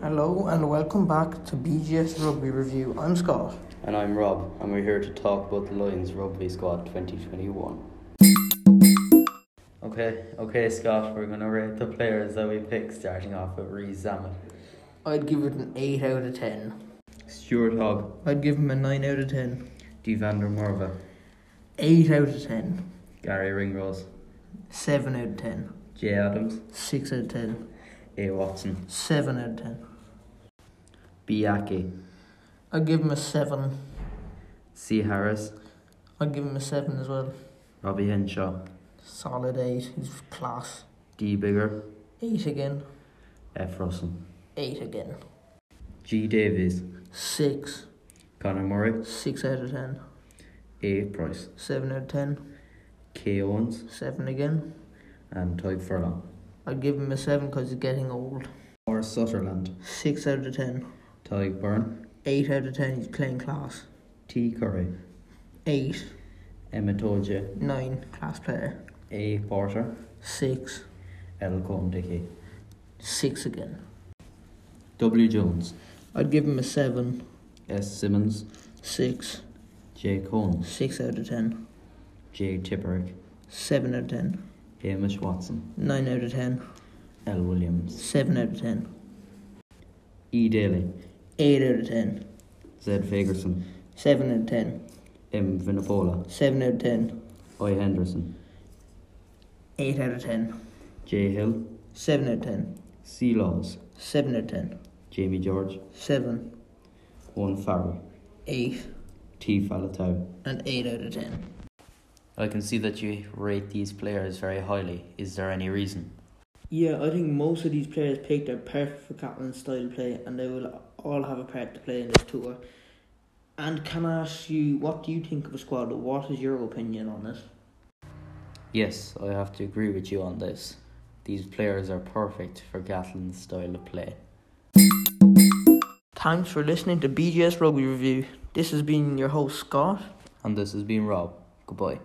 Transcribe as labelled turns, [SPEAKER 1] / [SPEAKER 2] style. [SPEAKER 1] Hello and welcome back to BGS Rugby Review. I'm Scott.
[SPEAKER 2] And I'm Rob, and we're here to talk about the Lions Rugby Squad 2021. Okay, okay, Scott, we're going to rate the players that we picked, starting off with Reece Zammit.
[SPEAKER 1] I'd give it an 8 out of 10.
[SPEAKER 2] Stuart Hogg,
[SPEAKER 1] I'd give him a 9 out of 10.
[SPEAKER 2] D. Vandermarva,
[SPEAKER 1] 8 out of 10.
[SPEAKER 2] Gary Ringrose,
[SPEAKER 1] 7 out of 10.
[SPEAKER 2] Jay Adams,
[SPEAKER 1] 6 out of 10.
[SPEAKER 2] A. Watson,
[SPEAKER 1] 7 out of 10.
[SPEAKER 2] Biaki,
[SPEAKER 1] I'd give him a 7.
[SPEAKER 2] C. Harris,
[SPEAKER 1] I'd give him a 7 as well.
[SPEAKER 2] Robbie Henshaw,
[SPEAKER 1] Solid 8. He's class.
[SPEAKER 2] D. Bigger,
[SPEAKER 1] 8 again.
[SPEAKER 2] F. Russell,
[SPEAKER 1] 8 again.
[SPEAKER 2] G. Davies,
[SPEAKER 1] 6.
[SPEAKER 2] Connor Murray,
[SPEAKER 1] 6 out of 10.
[SPEAKER 2] A. Price,
[SPEAKER 1] 7 out of 10.
[SPEAKER 2] K. Owens,
[SPEAKER 1] 7 again.
[SPEAKER 2] and Tyke Furlong.
[SPEAKER 1] I'd give him a 7 because he's getting old.
[SPEAKER 2] Or Sutherland,
[SPEAKER 1] 6 out of 10.
[SPEAKER 2] Tyke Byrne,
[SPEAKER 1] 8 out of 10. He's playing class.
[SPEAKER 2] T. Curry,
[SPEAKER 1] 8.
[SPEAKER 2] Emma Toja,
[SPEAKER 1] nine class player,
[SPEAKER 2] A. Porter,
[SPEAKER 1] six,
[SPEAKER 2] L. Colton Dickey,
[SPEAKER 1] six again.
[SPEAKER 2] W. Jones,
[SPEAKER 1] I'd give him a seven,
[SPEAKER 2] S. Simmons,
[SPEAKER 1] six,
[SPEAKER 2] J. Cohn,
[SPEAKER 1] six out of ten,
[SPEAKER 2] J. Tipperick,
[SPEAKER 1] seven out of ten,
[SPEAKER 2] Hamish Watson,
[SPEAKER 1] nine out of ten,
[SPEAKER 2] L. Williams,
[SPEAKER 1] seven out of ten,
[SPEAKER 2] E. Daly,
[SPEAKER 1] eight out of ten,
[SPEAKER 2] Z. Fagerson,
[SPEAKER 1] seven out of ten,
[SPEAKER 2] M. Vinopola,
[SPEAKER 1] seven out of ten,
[SPEAKER 2] I. Henderson,
[SPEAKER 1] eight out of ten,
[SPEAKER 2] J. Hill,
[SPEAKER 1] seven out of ten,
[SPEAKER 2] C. Laws,
[SPEAKER 1] seven out of ten,
[SPEAKER 2] Jamie George,
[SPEAKER 1] seven,
[SPEAKER 2] Owen Farrell,
[SPEAKER 1] eight,
[SPEAKER 2] T. Falatau.
[SPEAKER 1] and eight out of ten.
[SPEAKER 2] I can see that you rate these players very highly. Is there any reason?
[SPEAKER 1] Yeah, I think most of these players picked are perfect for Catalan's style of play, and they will all have a part to play in this tour. And can I ask you, what do you think of a squad? What is your opinion on it?
[SPEAKER 2] Yes, I have to agree with you on this. These players are perfect for Gatlin's style of play.
[SPEAKER 1] Thanks for listening to BGS Rugby Review. This has been your host Scott.
[SPEAKER 2] And this has been Rob. Goodbye.